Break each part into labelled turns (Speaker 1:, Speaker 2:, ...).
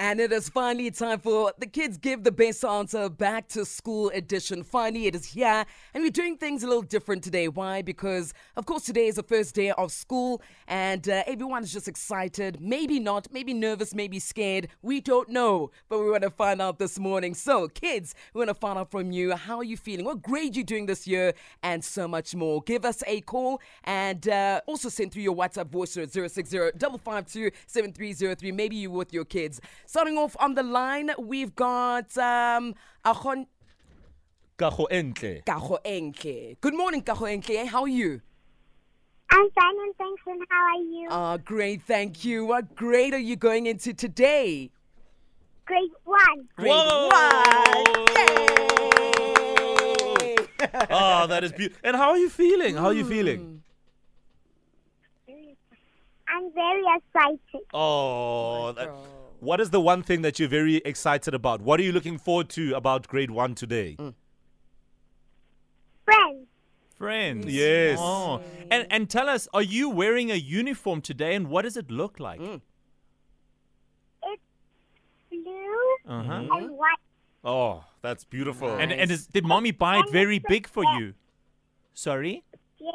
Speaker 1: And it is finally time for the kids give the best answer back to school edition. Finally, it is here, and we're doing things a little different today. Why? Because, of course, today is the first day of school, and uh, everyone is just excited. Maybe not, maybe nervous, maybe scared. We don't know, but we want to find out this morning. So, kids, we want to find out from you how are you feeling, what grade you're doing this year, and so much more. Give us a call and uh, also send through your WhatsApp voice note 060 552 7303. Maybe you with your kids. Starting off on the line, we've got um, Ahon
Speaker 2: kago entle
Speaker 1: Kaho Enke. Good morning, Kaho Enke. How are you?
Speaker 3: I'm fine and thanks. And how are you?
Speaker 1: Ah, great, thank you. What grade are you going into today?
Speaker 3: Grade one.
Speaker 1: Grade
Speaker 2: Whoa!
Speaker 1: one. Yay!
Speaker 2: ah that is beautiful and how are you feeling how are you feeling
Speaker 3: I'm very excited.
Speaker 2: oh that,
Speaker 1: God.
Speaker 2: what is the one thing that you're very excited about what are you looking forward to about grade one today
Speaker 3: Friends,
Speaker 4: Friends.
Speaker 2: Yes.
Speaker 4: Oh. And and tell us, are you wearing a uniform today and what does it look like?
Speaker 3: it's blue
Speaker 4: Uh-huh.
Speaker 3: and white.
Speaker 2: oh that's beautiful
Speaker 4: And
Speaker 1: Nice.
Speaker 4: and is, did mommy buy it very big for you? Sorry?
Speaker 3: Yes,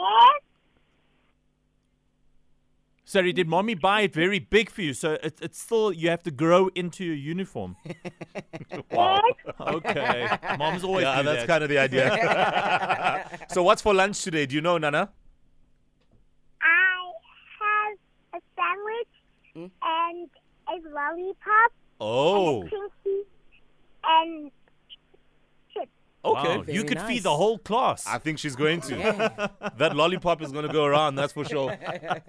Speaker 4: Sorry, did mommy buy it very big for you? So it's it's still you have to grow into your uniform.
Speaker 2: wow
Speaker 4: Okay. Mom's always
Speaker 2: yeah
Speaker 4: do
Speaker 2: that's
Speaker 4: that.
Speaker 2: kind of the idea so what's for lunch today do you know nana
Speaker 3: I have a sandwich and a lollipop
Speaker 2: oh
Speaker 3: and a pinky and chips.
Speaker 2: okay
Speaker 4: Wow,
Speaker 1: Very
Speaker 4: you could feed the
Speaker 1: nice.
Speaker 4: whole class.
Speaker 2: I think she's going to. that lollipop is going to go around, that's for sure.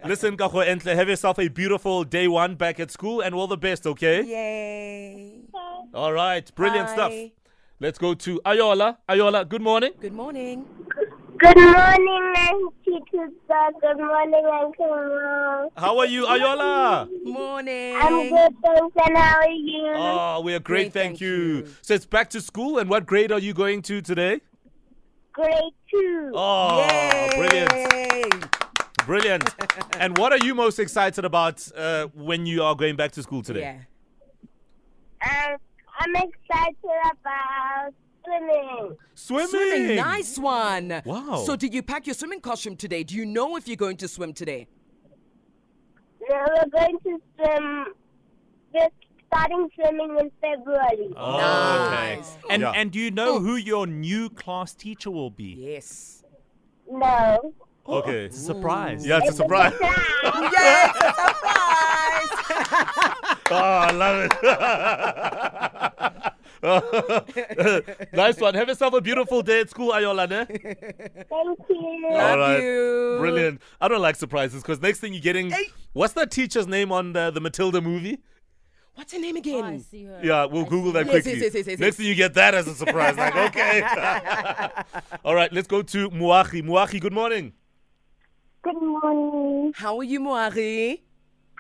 Speaker 2: Listen, Kaho Entle, have yourself a beautiful day one back at school and all the best, okay?
Speaker 1: Yay!
Speaker 3: Okay.
Speaker 2: All right, brilliant stuff.
Speaker 1: Bye.
Speaker 2: Let's go to Ayola. Ayola, good morning.
Speaker 1: Good morning.
Speaker 3: Good morning, Auntie Tuesday. Good morning, Uncle Mom.
Speaker 2: How are you, Ayola?
Speaker 1: Morning.
Speaker 3: I'm good, thanks. And how are you?
Speaker 2: Oh, we are
Speaker 1: Great,
Speaker 2: great, thank,
Speaker 1: thank
Speaker 2: you.
Speaker 1: you.
Speaker 2: So it's back to school, and what grade are you going to today?
Speaker 3: Grade two.
Speaker 2: Oh,
Speaker 1: Yay!
Speaker 2: brilliant, brilliant. and what are you most excited about uh, when you are going back to school today?
Speaker 1: Yeah.
Speaker 3: Um, I'm excited about swimming.
Speaker 2: Swimming.
Speaker 1: Swimming, nice one.
Speaker 2: Wow.
Speaker 1: So, did you pack your swimming costume today? Do you know if you're going to swim today?
Speaker 3: Now we're going to swim. Just starting swimming in February.
Speaker 2: Oh,
Speaker 1: Nice.
Speaker 2: okay.
Speaker 4: and
Speaker 2: Oh, Yeah.
Speaker 4: and do you know who your new class teacher will be?
Speaker 1: Yes.
Speaker 3: No.
Speaker 2: okay.
Speaker 4: It's a surprise.
Speaker 2: Yeah, it's a surprise.
Speaker 3: Surprise!
Speaker 1: Yes, it's a surprise.
Speaker 2: Oh, I love it. nice one. Have yourself a beautiful day at school, Ayola. Ne?
Speaker 3: Thank you.
Speaker 1: Love
Speaker 2: All right.
Speaker 1: you.
Speaker 2: Brilliant. I don't like surprises because next thing you're getting.
Speaker 1: Hey.
Speaker 2: What's that teacher's name on the, the Matilda movie?
Speaker 1: What's her name
Speaker 5: Oh, I
Speaker 1: again?
Speaker 5: see her.
Speaker 2: Yeah, we'll Google that
Speaker 1: Yes,
Speaker 2: quickly.
Speaker 1: yes, yes, yes, yes, yes.
Speaker 2: Next thing you get that as a surprise. like, okay. All right, let's go to Muachi. Muachi, good morning.
Speaker 3: Good morning.
Speaker 1: How are you, Moari?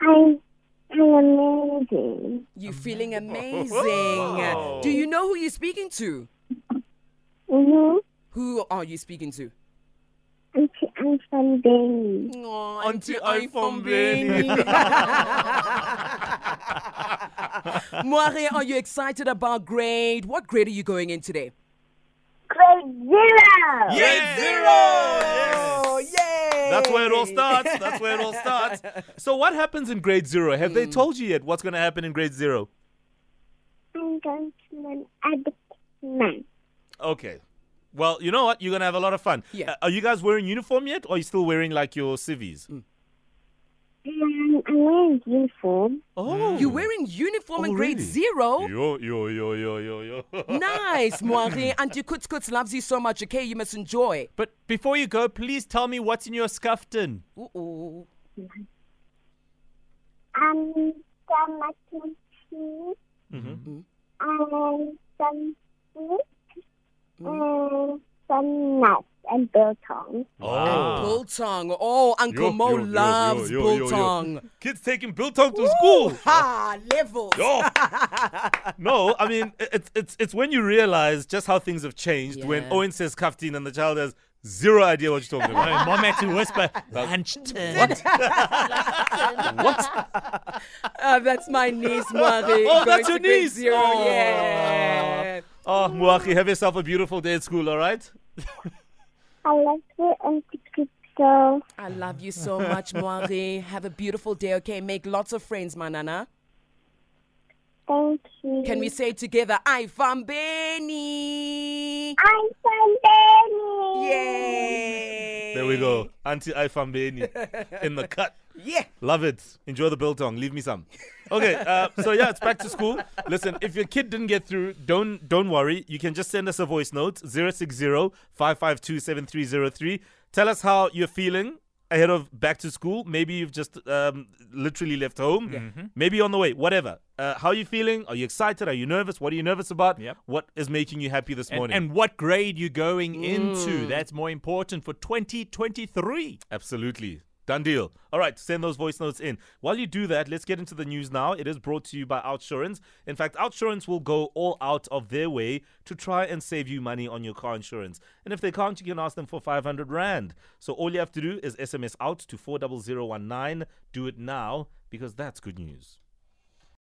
Speaker 3: I'm, I'm amazing.
Speaker 1: You feeling amazing?
Speaker 2: Wow.
Speaker 1: Do you know who you're speaking to?
Speaker 3: Mm-hmm.
Speaker 1: Who are you speaking to?
Speaker 3: I'm, I'm from Delhi.
Speaker 1: Oh,
Speaker 2: Auntie iPhone
Speaker 1: Moari, are you excited about grade? What grade are you going in today?
Speaker 3: Grade zero.
Speaker 2: Yeah. Grade zero.
Speaker 1: Oh,
Speaker 2: Yes.
Speaker 1: yay!
Speaker 2: That's where it all starts. That's where it all starts. So, what happens in grade zero? Have they told you yet what's going to happen in grade zero?
Speaker 3: I'm going to an addict man.
Speaker 2: Okay. Well, you know what? You're gonna have a lot of fun.
Speaker 1: Yeah.
Speaker 2: Uh, are you guys wearing uniform yet, or are you still wearing like your civvies?
Speaker 3: Um, I'm wearing uniform.
Speaker 2: Oh,
Speaker 1: You're wearing uniform in
Speaker 2: Oh,
Speaker 1: grade
Speaker 2: really?
Speaker 1: zero.
Speaker 2: Yo yo yo yo yo yo.
Speaker 1: Nice, Moari. Auntie Kuts Kuts loves you so much, okay? You must enjoy.
Speaker 4: But before you go, please tell me what's in your scuffton.
Speaker 1: Ooh.
Speaker 3: um, some mac and cheese, and some soup,
Speaker 1: Mm-hmm.
Speaker 3: and some nuts and biltong.
Speaker 2: Oh.
Speaker 1: Bull tongue. Oh, Uncle
Speaker 2: Yo,
Speaker 1: Mo
Speaker 2: yo, yo,
Speaker 1: loves
Speaker 2: yo, yo,
Speaker 1: bull
Speaker 2: yo, yo.
Speaker 1: tongue.
Speaker 2: Kids taking biltong to school.
Speaker 1: Ha! Levels.
Speaker 2: Yo. no, I mean i- it's it's it's when you realize just how things have changed. When
Speaker 1: Yeah.
Speaker 2: Owen says kaftin and the child has Zero idea what you're talking about.
Speaker 4: Mom had to whisper, lunchtime. What?
Speaker 1: Uh, that's my niece, mother.
Speaker 4: Oh, that's your
Speaker 1: going to grade
Speaker 4: niece.
Speaker 1: Zero.
Speaker 4: Oh.
Speaker 1: Yeah.
Speaker 2: Oh, Muaki, have yourself a beautiful day at school, all right?
Speaker 3: I love the antique so
Speaker 1: I love you so much, Moari. Have a beautiful day, okay? Make lots of friends, my nana.
Speaker 3: thank you.
Speaker 1: Can we say together, I found Benny?
Speaker 3: I'm from Benny.
Speaker 1: Yay!
Speaker 2: There we go. Auntie Ifambeni in the cut.
Speaker 1: Yeah.
Speaker 2: Love it. Enjoy the biltong. Leave me some. Okay, uh, so yeah, it's back to school. Listen, if your kid didn't get through, don't don't worry. You can just send us a voice note 060-552-7303. Tell us how you're feeling ahead of back to school. Maybe you've just um, literally left home.
Speaker 4: Mm-hmm.
Speaker 2: Maybe you're on the way. Whatever. Uh, how are you feeling? Are you excited? Are you nervous? What are you nervous about?
Speaker 4: Yep.
Speaker 2: What is making you happy this
Speaker 4: And,
Speaker 2: morning?
Speaker 4: and what grade you going into? That's more important for 2023.
Speaker 2: Absolutely. Done deal. All right, send those voice notes in. While you do that, let's get into the news now. It is brought to you by Outsurance. In fact, Outsurance will go all out of their way to try and save you money on your car insurance. And if they can't, you can ask them for 500 Rand. So all you have to do is SMS out to 40019. Do it now because that's good news.